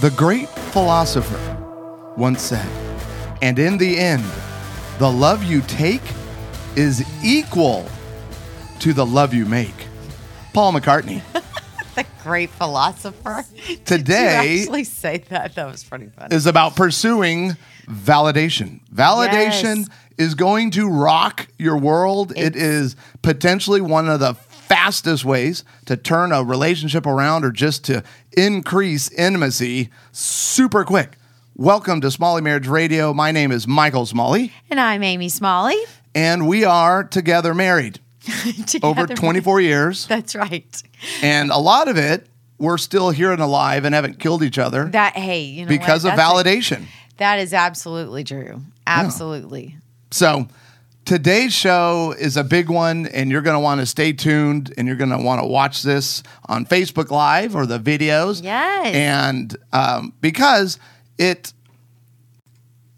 The great philosopher once said, and in the end, the love you take is equal to the love you make. Paul McCartney. The great philosopher. Did you Today- actually say that. That was pretty funny. is about pursuing validation. Validation Yes. is going to rock your world. It is potentially one of the fastest ways to turn a relationship around or just to increase intimacy super quick. Welcome to Smalley Marriage Radio. My name is Michael Smalley, and I'm Amy Smalley. and we are together married over Together- 24 years. That's right. And a lot of it, we're still here and alive and haven't killed each other That hey, you know because what? of That's a- validation. that is absolutely true. Absolutely. So today's show is a big one, and you're going to want to stay tuned and you're going to want to watch this on Facebook Live or the videos. Yes. And um, because it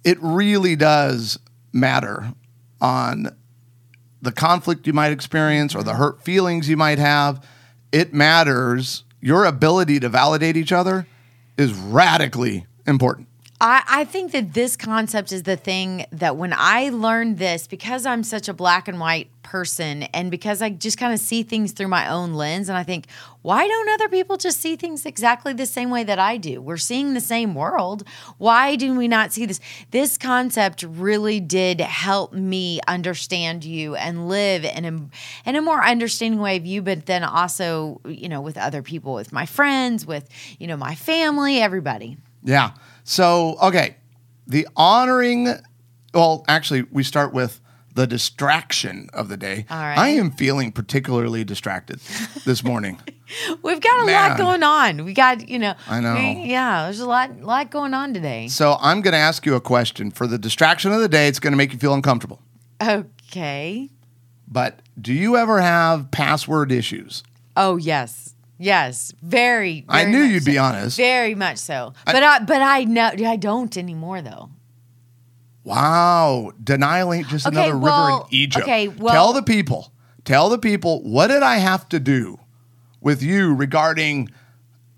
it really does matter on the conflict you might experience or the hurt feelings you might have. It matters. Your ability to validate each other is radically important. I, I think that this concept is the thing that when I learned this, because I'm such a black and white person and because I just kind of see things through my own lens, and I think, why don't other people just see things exactly the same way that I do? We're seeing the same world. Why do we not see this? This concept really did help me understand you and live in a, in a more understanding way of you, but then also, you know, with other people, with my friends, with, you know, my family, everybody. Yeah. So, okay. The honoring, well, actually, we start with the distraction of the day. All right. I am feeling particularly distracted this morning. We've got a Man. lot going on. We got, you know, I know. we- yeah, there's a lot, lot going on today. so, I'm going to ask you a question. For the distraction of the day, it's going to make you feel uncomfortable. Okay. But do you ever have password issues? Oh yes, yes, very. I very knew much you'd be so. honest. Very much so. But I, but I know I don't anymore though. Wow. Denial ain't just Okay, another river well- in Egypt. okay, well- tell the people, tell the people, what did I have to do with you regarding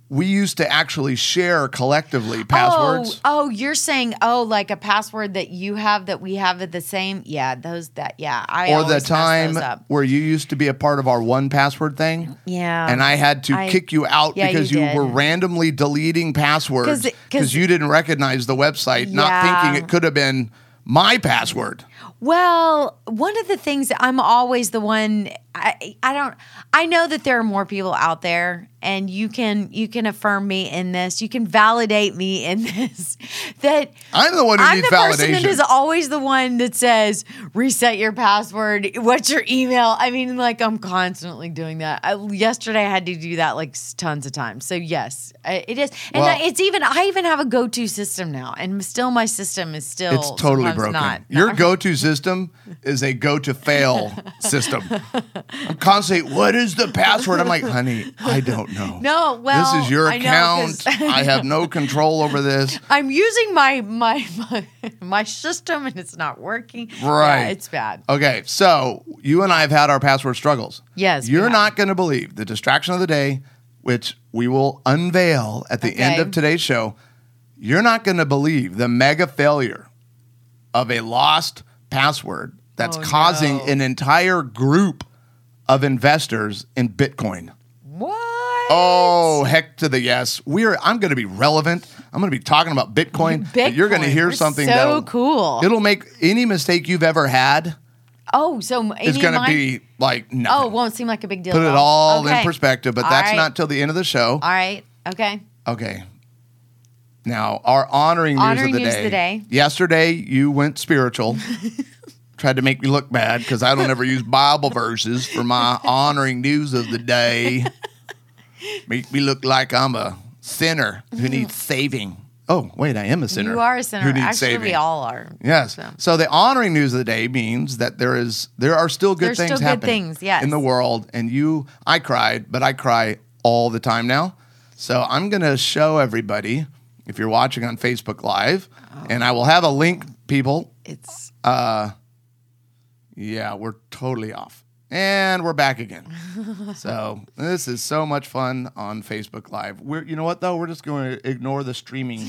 we used to actually share collectively passwords? Oh, oh, you're saying oh, like a password that you have that we have at the same. Yeah, those that yeah. I or always the mess time those up. where you used to be a part of our one password thing? Yeah. And I had to Um, I- kick you out Yeah, because you, you did. were randomly deleting passwords 'Cause- 'cause- because you didn't recognize the website, not Yeah. thinking it could have been my password. Well, one of the things I'm always the one I I don't I know that there are more people out there and you can you can affirm me in this. You can validate me in this that I'm the one who I'm needs the validation. person that is always the one that says reset your password, what's your email? I mean like I'm constantly doing that. I, yesterday I had to do that like s- tons of times. So yes, I- it is. And Well- I, it's even I even have a go-to system now and still my system is still It's totally sometimes broken. Not, Your go-to system is a go-to-fail system. I'm constantly, what is the password? I'm like, honey, I don't know. No, well, this is your I know, account. 'cause- I have no control over this. I'm using my my my, my system and it's not working. Yeah, Right. it's bad. Okay, so you and I have had our password struggles. Yes, we You're have. not going to believe the distraction of the day, which we will unveil at the end Okay. of today's show. You're not going to believe the mega failure of a lost password that's Oh, causing no. an entire group of investors in Bitcoin. What? Oh, heck to the yes. We're I'm going to be relevant. I'm going to be talking about Bitcoin. but you're going to Bitcoin. hear We're something so that'll- cool. It'll make any mistake you've ever had oh, so is any going to mine- be like nothing. Oh, it won't seem like a big deal. Put at it all in Okay. perspective, but All that's right. not till the end of the show. All right. Okay. Okay. Now, our honoring, Honoring news, of the, news day. of the day. Yesterday, you went spiritual. Tried to make me look bad because I don't ever use Bible verses for my honoring news of the day. Make me look like I'm a sinner who needs saving. Oh, wait, I am a sinner. Mm-hmm. You are a sinner. Who needs Actually, saving. we all are. Yes. So- So the honoring news of the day means that there is there are still good There's things still good happening things, yes. in the world. And you I cried, but I cry all the time now. So I'm gonna show everybody if you're watching on Facebook Live, Oh. and I will have a link, people. It's Yeah, we're totally off. And we're back again. so this is so much fun on Facebook Live. We're, you know what though? We're just going to ignore the streaming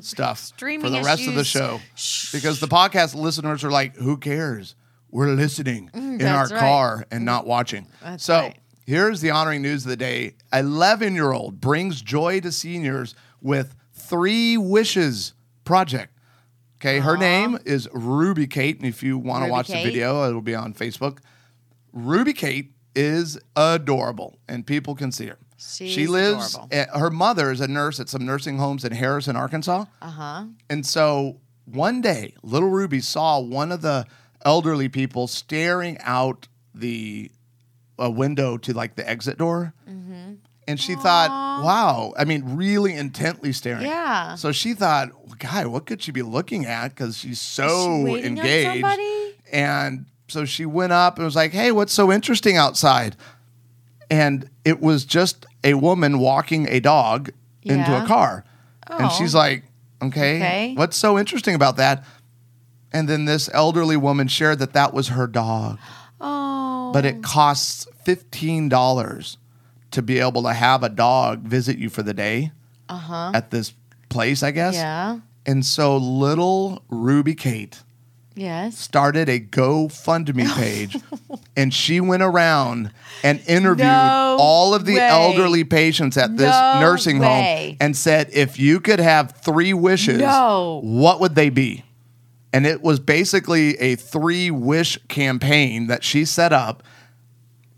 stuff Streaming for the rest of the issues. show because the podcast listeners are like, who cares? We're listening in our Mm, that's right. car and not watching. so right. here's the honoring news of the day: eleven-year-old brings joy to seniors with three wishes project. Okay, her name is Ruby Kate, and if you want to Ruby watch Kate. the video, it'll be on Facebook. Ruby Kate is adorable, and people can see her. she She's lives. adorable. At, her mother is a nurse at some nursing homes in Harrison, Arkansas. Uh uh-huh. huh. And so one day, little Ruby saw one of the elderly people staring out the a window to like the exit door. Mm-hmm. And she thought, wow, I mean, really intently staring. Yeah. So she thought, well, God, what could she be looking at? Because she's she so waiting on engaged. somebody? and so she went up and was like, hey, what's so interesting outside? And it was just a woman walking a dog into Yeah. a car. And Oh. she's like, okay, Okay. what's so interesting about that? And then this elderly woman shared that that was her dog Oh. but it costs fifteen dollars to be able to have a dog visit you for the day at this place, I guess. uh-huh. Yeah. And so little Ruby Kate Yes. started a GoFundMe page, and she went around and interviewed No all of the way. elderly patients at this No nursing home way. and said, if you could have three wishes, No. what would they be? And it was basically a three wish campaign that she set up.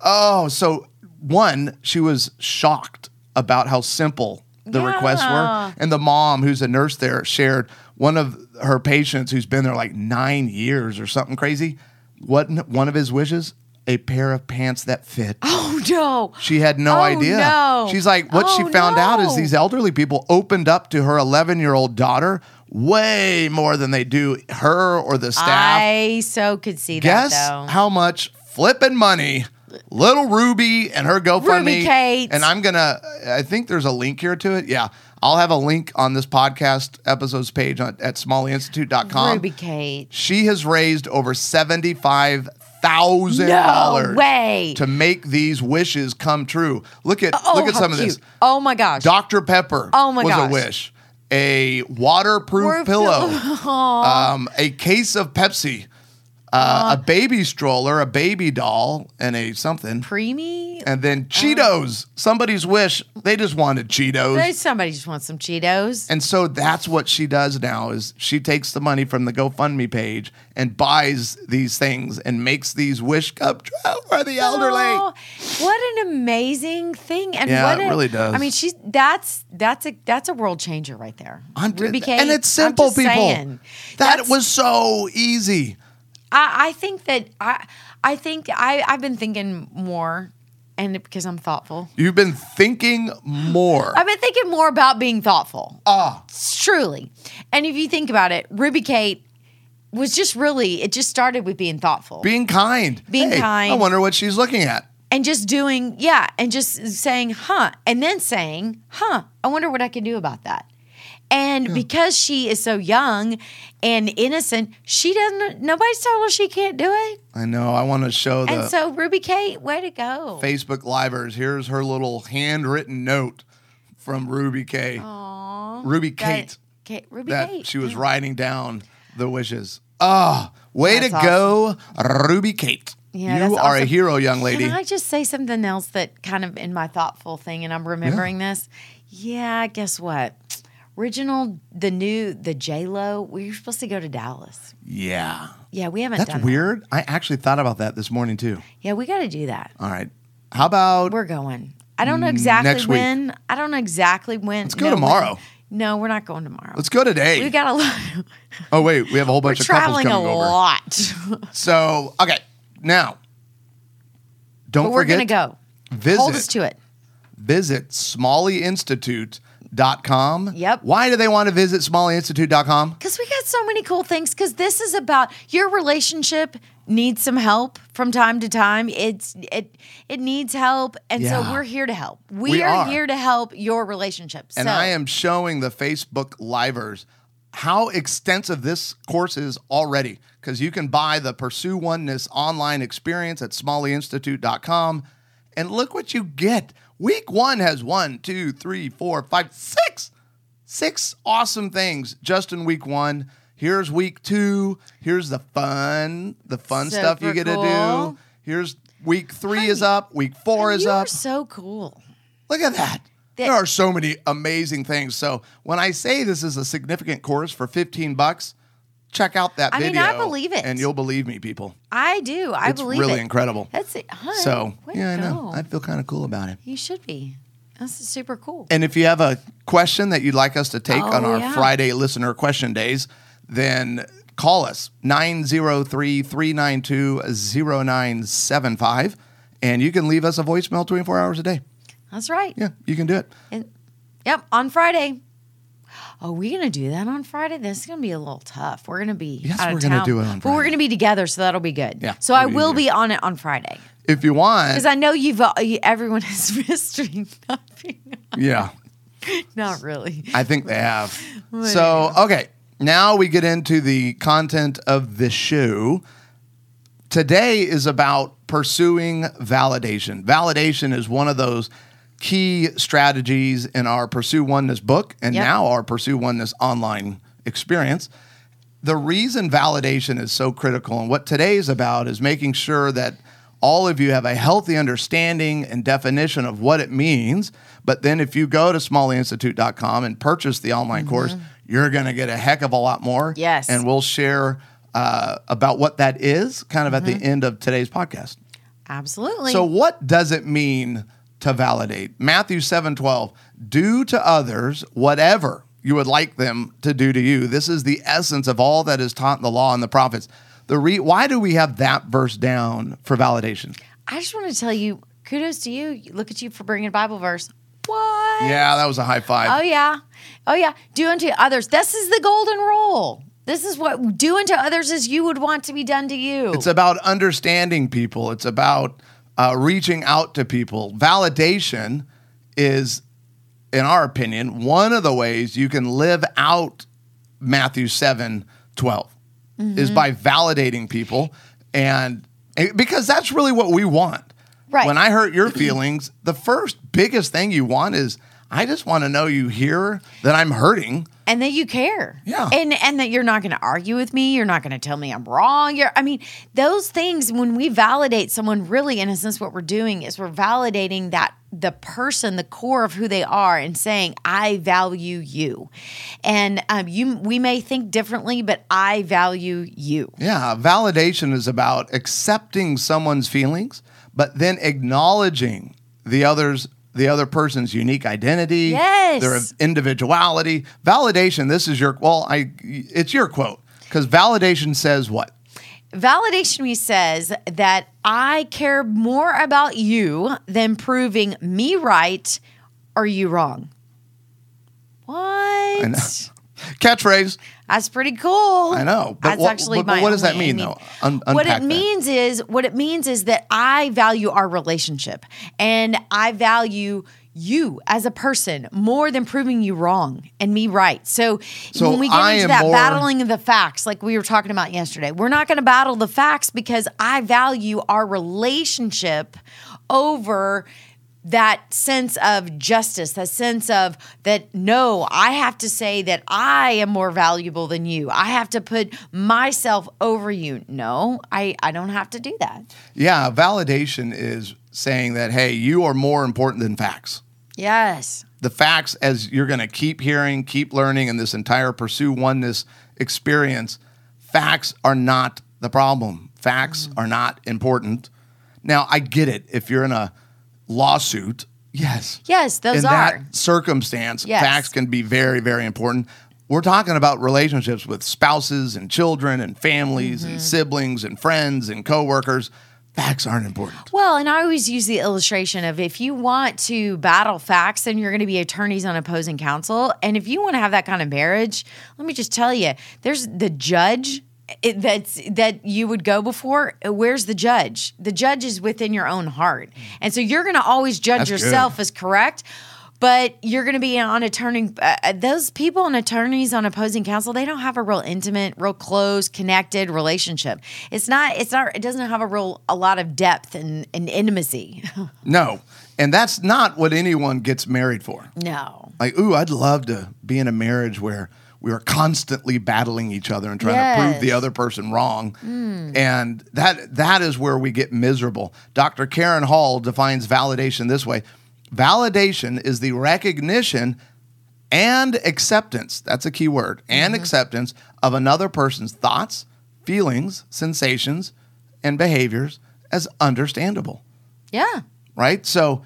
Oh, so one, she was shocked about how simple the requests Yeah. were. And the mom, who's a nurse there, shared one of her patients who's been there like nine years or something crazy. What one of his wishes? A pair of pants that fit. Oh no. She had no Oh, idea. no. She's like, what she Oh, found out is no. these elderly people opened up to her 11 year old daughter way more than they do her or the staff. I so could see Guess that though. how much flipping money little Ruby and her GoFundMe. Ruby Kate. And I'm gonna. I think there's a link here to it. Yeah, I'll have a link on this podcast episodes page on, at smallinstitute.com. Ruby Kate. She has raised over seventy-five thousand No dollars way. to make these wishes come true. Look at oh, look at how some of cute. this. Oh my gosh. Dr. Pepper Oh my was gosh. a wish. A waterproof We're fill- pillow. Aw. Um, a case of Pepsi, uh, a baby stroller, a baby doll, and a something. Preemie? And then Cheetos. Somebody's wish. They just wanted Cheetos. Hey, Somebody just wants some Cheetos. and so that's what she does now is she takes the money from the GoFundMe page and buys these things and makes these wish come true for the elderly. Oh, what an amazing thing! And Yeah, what it a- really does. I mean, she's that's that's a that's a world changer right there. I'm- Ruby Kate, and it's I'm simple, just people. saying. That That's- was so easy. I, I think that I I think I I've been thinking more, and because I'm thoughtful, You've been thinking more. I've been thinking more about being thoughtful. Ah, truly. And if you think about it, Ruby Kate was just really it just started with being thoughtful. being kind. Being Hey, kind. I wonder what she's looking at. and just doing yeah and just saying huh and then saying huh i wonder what i can do about that Hmm. and because she is so young and innocent she doesn't nobody's told her she can't do it I know. I want to show the and so ruby kate way to go Facebook Livers. Here's her little handwritten note from Ruby K. Ruby Kate. Kate, ruby That kate she was writing down the wishes. Ah, way That's to go, Ruby Kate. Yeah, you that's are a awesome. hero, young lady. Can I just say something else that kind of in my thoughtful thing, and I'm remembering this? Yeah, guess what? Original, the new, the J Lo. We were supposed to go to Dallas. yeah. Yeah, we haven't That's done. that. weird. I actually thought about that this morning too. Yeah, we got to do that. All right. How about We're going. I don't know exactly Mm, next week. when. I don't know exactly when. Let's go tomorrow. No, we're not going tomorrow. let's go today? we got a lot. oh wait, we have a whole We're bunch of couples traveling coming a over. lot, So okay, now don't but we're forget gonna go. Visit Hold us to it. visit smalleyinstitute.com. Yep. Why do they want to visit smalleyinstitute.com? Because we got so many cool things. Because this is about your relationship needs some help from time to time. It's it it needs help, and Yeah. so we're here to help. We, We are, are. here to help your relationship. And so, I am showing the Facebook livers how extensive this course is already because you can buy the Pursue Oneness online experience at smalleyinstitute.com. And look what you get. Week one has one, two, three, four, five, six, six awesome things just in week one. Here's week two. Here's the fun, the fun Super stuff you get to cool. do. Here's week three is Honey, up, week four is you up. are so cool. Look at that. That- There are so many amazing things. So when I say this is a significant course for 15 bucks, check out that I mean, video. I believe it. And you'll believe me, people. I do. I It's believe really it. incredible. That's it. Hun, so way yeah, I to know. go. I feel kind of cool about it. you should be. That's super cool. And if you have a question that you'd like us to take Oh, on our yeah. Friday listener question days, then call us 903 392 0975. And you can leave us a voicemail 24 hours a day. That's right. Yeah, you can do it. And, yep, on Friday. Oh, we gonna do that on Friday? This is gonna be a little tough. We're gonna be Yes, out of we're gonna town. do it on but we're Friday. gonna be together, so that'll be good. Yeah, So I it'll be will easier. be on it on Friday If you want, because I know you've uh, you- everyone is mystery not being yeah. not really. I think they have. Whatever. so, okay, now we get into the content of the show. Today is about pursuing validation. Validation is one of those key strategies in our Pursue Oneness book and Yep. now our Pursue Oneness online experience. The reason validation is so critical and what today is about is making sure that all of you have a healthy understanding and definition of what it means. But then if you go to smalleyinstitute.com and purchase the online course, you're going to get a heck of a lot more. Yes. And we'll share uh, about what that is kind of at the end of today's podcast. Absolutely. So what does it mean to validate? Matthew 7:12, do to others whatever you would like them to do to you. This is the essence of all that is taught in the law and the prophets. The re- why do we have that verse down for validation? I just want to tell you, kudos to you. Look at you for bringing a Bible verse. What? Yeah, that was a high five. Oh yeah. Oh yeah. Do unto others. This is the golden rule. This is what do unto others as you would want to be done to you. It's about understanding people. It's about uh, reaching out to people. Validation is, in our opinion, one of the ways you can live out Matthew seven twelve is by validating people. And and- because that's really what we want. Right. When I hurt your feelings, the first biggest thing you want is I just want to know you hear that I'm hurting. and that you care. Yeah. And and that you're not going to argue with me, you're not going to tell me I'm wrong. You're I mean, those things when we validate someone really in a sense what we're doing is we're validating that the person, the core of who they are and saying I value you. And um, you we may think differently, but I value you. Yeah, validation is about accepting someone's feelings, but then acknowledging the others the other person's unique identity, Yes. their individuality. Validation, this is your well, I it's your quote cuz validation says what? Validation me says that I care more about you than proving me right or you wrong. What? know. Catchphrase. That's pretty cool. I know, but That's what- actually but- but my what does that only- I mean, though? Un- what unpack it that. means is what it means is that I value our relationship and I value you as a person more than proving you wrong and me right. So, So when we get I into am that more- battling of the facts, like we were talking about yesterday, we're not going to battle the facts because I value our relationship over that sense of justice, that sense of that no, I have to say that I am more valuable than you. I have to put myself over you. No, I, I don't have to do that. Yeah, validation is saying that hey, you are more important than facts. Yes. the facts as you're going to keep hearing, keep learning in this entire pursue oneness experience, facts are not the problem. Facts Mm-hmm. are not important. Now, I get it. If you're in a lawsuit, yes. Yes, those in are. that circumstance, Yes. facts can be very, very important. We're talking about relationships with spouses and children and families Mm-hmm. and siblings and friends and coworkers. Facts aren't important. Well, and I always use the illustration of if you want to battle facts, then you're going to be attorneys on opposing counsel. And if you want to have that kind of marriage, let me just tell you, there's the judge it- that's that you would go before. eh, Where's the judge? The judge is within your own heart, and so you're going to always judge That's good. yourself as correct. But you're going to be on attorney. Uh, those people and attorneys on opposing counsel, they don't have a real intimate, real close, connected relationship. It's not. It's not. It doesn't have a real a lot of depth and, and intimacy. No. And that's not what anyone gets married for. no. Like, ooh, I'd love to be in a marriage where we are constantly battling each other and trying to prove the Yes. other person wrong. And that that is where we get miserable. Dr. Karen Hall defines validation this way. Validation is the recognition and acceptance, that's a key word, and acceptance of another person's thoughts, feelings, sensations, and behaviors as understandable Yeah. right? So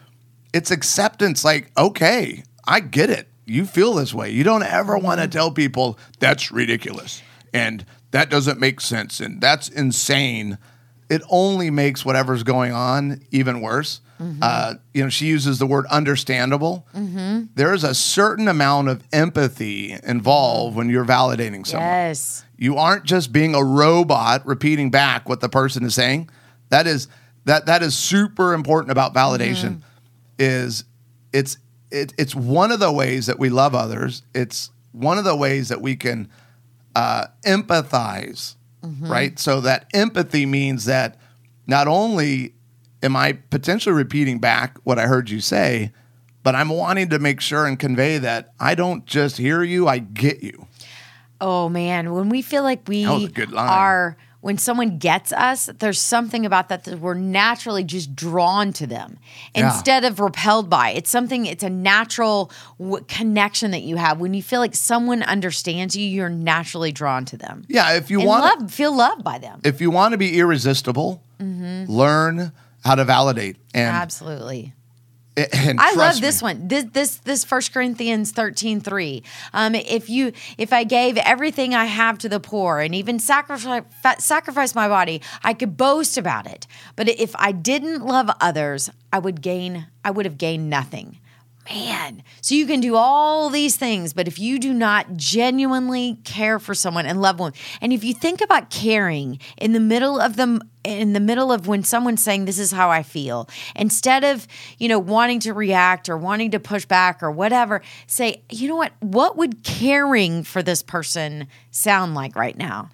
it's acceptance like, okay, I get it. You feel this way. You don't ever want to tell people that's ridiculous and that doesn't make sense and that's insane. It only makes whatever's going on even worse. Uh, you know, she uses the word understandable. There is a certain amount of empathy involved when you're validating someone. Yes. You aren't just being a robot repeating back what the person is saying. That is that that is super important about validation. Mm-hmm. Is it's it, it's one of the ways that we love others. It's one of the ways that we can uh, empathize, Mm-hmm. right? So that empathy means that not only am I potentially repeating back what I heard you say, but I'm wanting to make sure and convey that I don't just hear you, I get you. Oh man, when we feel like we That was a good line. are when someone gets us, there's something about that that we're naturally just drawn to them Yeah. instead of repelled by. It's something. It's a natural w- connection that you have when you feel like someone understands you. You're naturally drawn to them. Yeah, if you and want love, feel loved by them. if you want to be irresistible, Mm-hmm. learn how to validate and, Absolutely. and I trust love me. this one. This this this First Corinthians thirteen three. Um, if you if I gave everything I have to the poor and even sacrifice sacrifice my body, I could boast about it. But if I didn't love others, I would gain. I would have gained nothing. Man, so you can do all these things, but if you do not genuinely care for someone and love one, and if you think about caring in the middle of the in the middle of when someone's saying this is how I feel, instead of you know wanting to react or wanting to push back or whatever, say you know what? What would caring for this person sound like right now?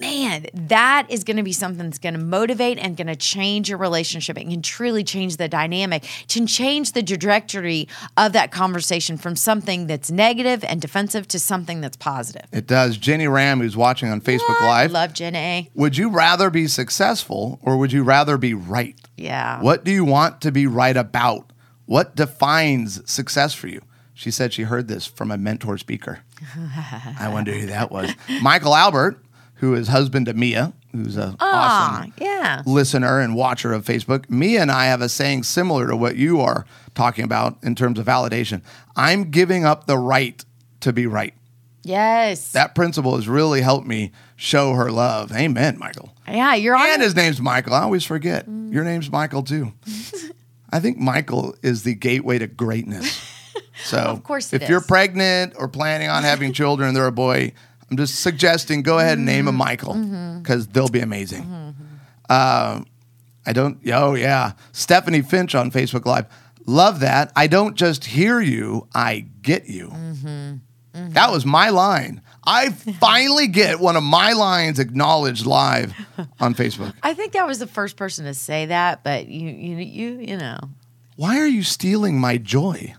Man, that is going to be something that's going to motivate and going to change your relationship and can truly change the dynamic, can change the trajectory of that conversation from something that's negative and defensive to something that's positive. Ah, It does. Jenny Ram, who's watching on Facebook Live, Love Gen A. would you rather be successful or would you rather be right? Yeah. What do you want to be right about? What defines success for you? She said she heard this from a mentor speaker. I wonder who that was. Michael Albert, who is husband to Mia, who's a awesome Ah, yeah. listener and watcher of Facebook, Mia and I have a saying similar to what you are talking about in terms of validation. I'm giving up the right to be right. Yes. That principle has really helped me show her love. Amen, Michael. yeah, you're on. And his name's Michael. I always forget. Your name's Michael too. I think Michael is the gateway to greatness. So, of course if it you're is. pregnant or planning on having children and they're a boy, I'm just suggesting go ahead and Mm-hmm. name a Michael because they'll be amazing. Um, I don't. Oh yeah, Stephanie Finch on Facebook Live. Love that. I don't just hear you. I get you. Mm-hmm. That was my line. I finally get one of my lines acknowledged live on Facebook. I think that was the first person to say that, but you you you you know. Why are you stealing my joy?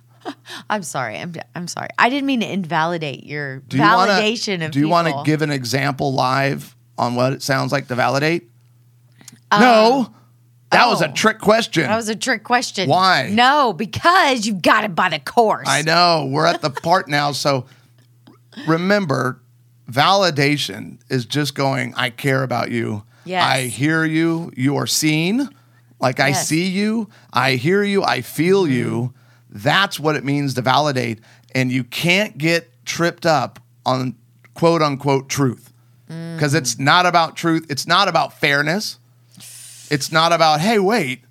I'm sorry. I'm I'm sorry. I didn't mean to invalidate your Do you wanna- validation of Do you want to people. give an example live on what it sounds like to validate? no, that was a Um, oh. trick question. That was a trick question. Why? No, because you got it by the course. I know we're at the part now. So remember, validation is just going. I care about you. Yes. I hear you. You are seen. Like I Yes. see you. I hear you. I feel you. That's what it means to validate. And you can't get tripped up on quote unquote truth because it's not about truth. It's not about fairness. It's not about hey wait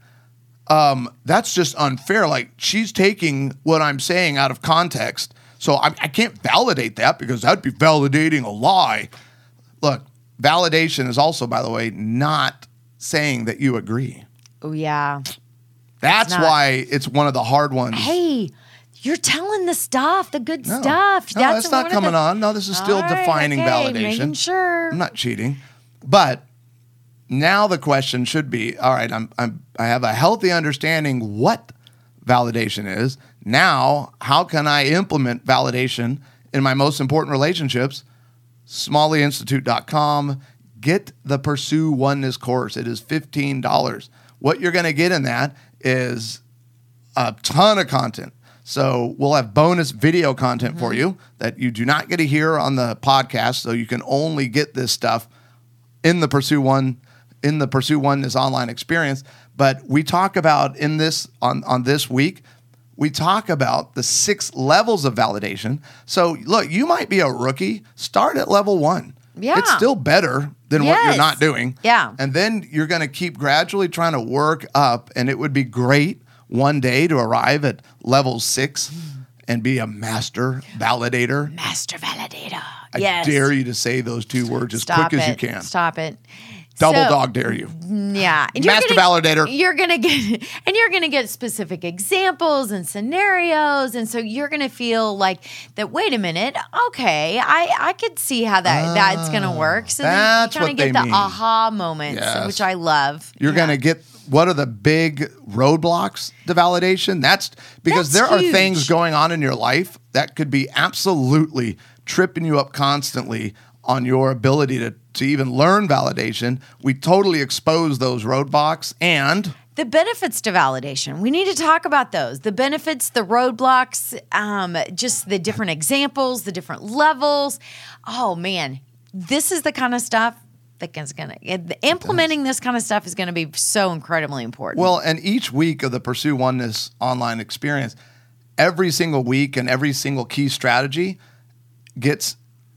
um, that's just unfair. Like she's taking what I'm saying out of context. So I, I can't validate that because that'd be validating a lie. Look, validation is also, by the way, not saying that you agree. Oh yeah. That's not. why it's one of the hard ones. Hey, you're telling the stuff, the good No. stuff. No, that's, one not of coming the- on. No, this is still All right, defining okay, Making validation. sure. I'm not cheating. But now the question should be, all right, I'm, I'm I have a healthy understanding what validation is. Now, how can I implement validation in my most important relationships? SmalleyInstitute.com. Get the Pursue Oneness course. It is $15. What you're going to get in that is a ton of content. So we'll have bonus video content for you that you do not get to hear on the podcast. So you can only get this stuff in the Pursue One, in the Pursue One this online experience. But we talk about in this on on this week, we talk about the six levels of validation. So look, you might be a rookie. Start at level one. Yeah. It's still better than what Yes. you're not doing. Yeah. And then you're going to keep gradually trying to work up. And it would be great one day to arrive at level six and be a master validator. Master validator. I yes. dare you to say those two words as Stop quick it. as you can. Stop it. Double So- dog dare you. Mm, Yeah. And Master gonna, validator. You're gonna get and you're gonna get specific examples and scenarios. And so you're gonna feel like that, wait a minute, okay, I, I could see how that that's gonna work. So then you Ah, that's kind what of get they the mean. aha moments, Yes. which I love. You're going to get what are the big roadblocks to validation? That's because That's there huge. are things going on in your life that could be absolutely tripping you up constantly on your ability to, to even learn validation. We totally expose those roadblocks and The benefits to validation. We need to talk about those. The benefits, the roadblocks, um, just the different examples, the different levels. Oh man, this is the kind of stuff that is going to implementing this kind of stuff is going to be so incredibly important. Well, and each week of the Pursue Oneness online experience, every single week and every single key strategy gets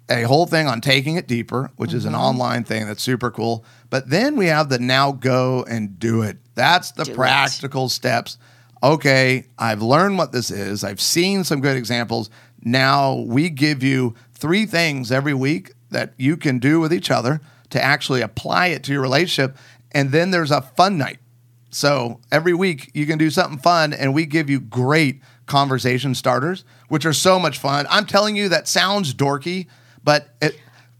a whole thing on taking it deeper, which is an Mm-hmm. online thing that's super cool. But then we have the now go and do it. That's the Do it. practical steps. Okay, I've learned what this is. I've seen some good examples. Now we give you three things every week that you can do with each other to actually apply it to your relationship. And then there's a fun night. So every week you can do something fun, and we give you great conversation starters, which are so much fun. I'm telling you, that sounds dorky, but it,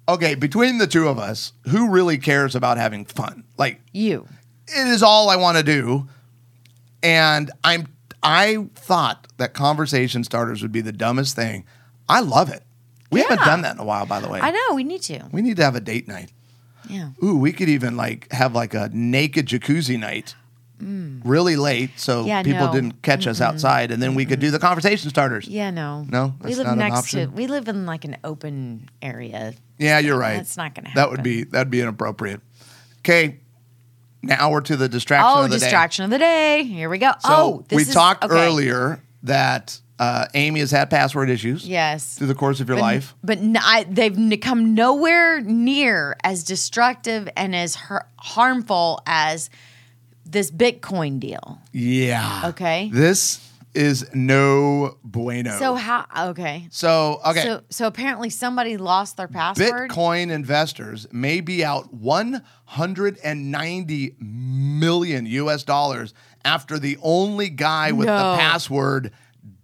okay, between the two of us, who really cares about having fun? Like, you. it is all I want to do. And I'm I thought that conversation starters would be the dumbest thing. I love it. We haven't Yeah. done that in a while, by the way. I know we need to. We need to have a date night. Yeah. Ooh, we could even like have like a naked jacuzzi night. Really late, so Mm. Yeah, people no. didn't catch us outside, and then we could do the conversation starters. Yeah, no. No, we that's live not an next option? to we live in like an open area. Yeah, you're right. That's not gonna That would happen. be that'd be inappropriate. Okay, now we're to the distraction. Oh, of the day. distraction of the day. Here we go. So oh, this we is- talked okay. earlier that uh, Amy has had password issues Yes. through the course of your life. But n- I, they've n- come nowhere near as destructive and as har- harmful as this Bitcoin deal. Yeah. Okay. This is no bueno. So how? Okay. So, okay. So so apparently somebody lost their password. Bitcoin investors may be out 190 million US dollars after the only guy with No. the password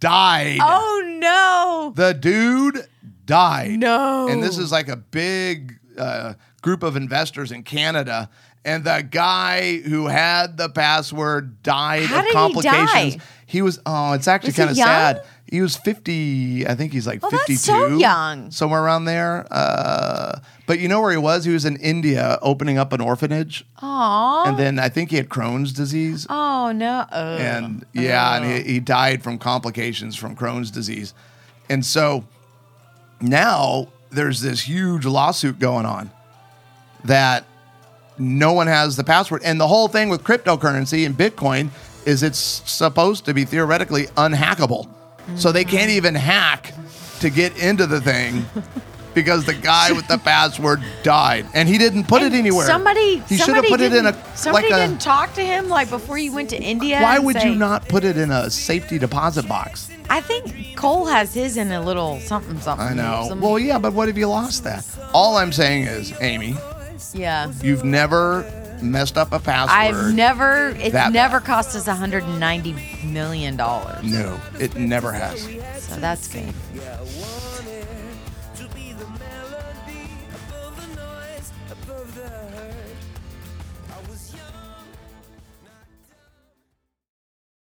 died. Oh no! The dude died. No. And this is like a big uh, group of investors in Canada. And the guy who had the password died How of did he complications. die He was, oh, it's actually Was he kind of young? sad. He was 50, I think he's like Oh, 52. that's so young. Somewhere around there. Uh, but you know where he was? He was in India opening up an orphanage. Aw. And then I think he had Crohn's disease. oh no. Ugh. And Uh. yeah, and he, he died from complications from Crohn's disease. And so now there's this huge lawsuit going on that no one has the password. And the whole thing with cryptocurrency and Bitcoin is it's supposed to be theoretically unhackable. So they can't Mm. even hack to get into the thing because the guy with the password died and he didn't put it anywhere. Somebody. he should have somebody put it in didn't- a Somebody like a didn't talk to him like before you went to India. why and would say- you not put it in a safety deposit box? I think Cole has his in a little something something. I know. Some- Well, yeah, but what if you lost that? All I'm saying is, Amy, yeah. you've never messed up a password. I've never, it's That bad. never cost us $190 million. No, it never has. So that's good.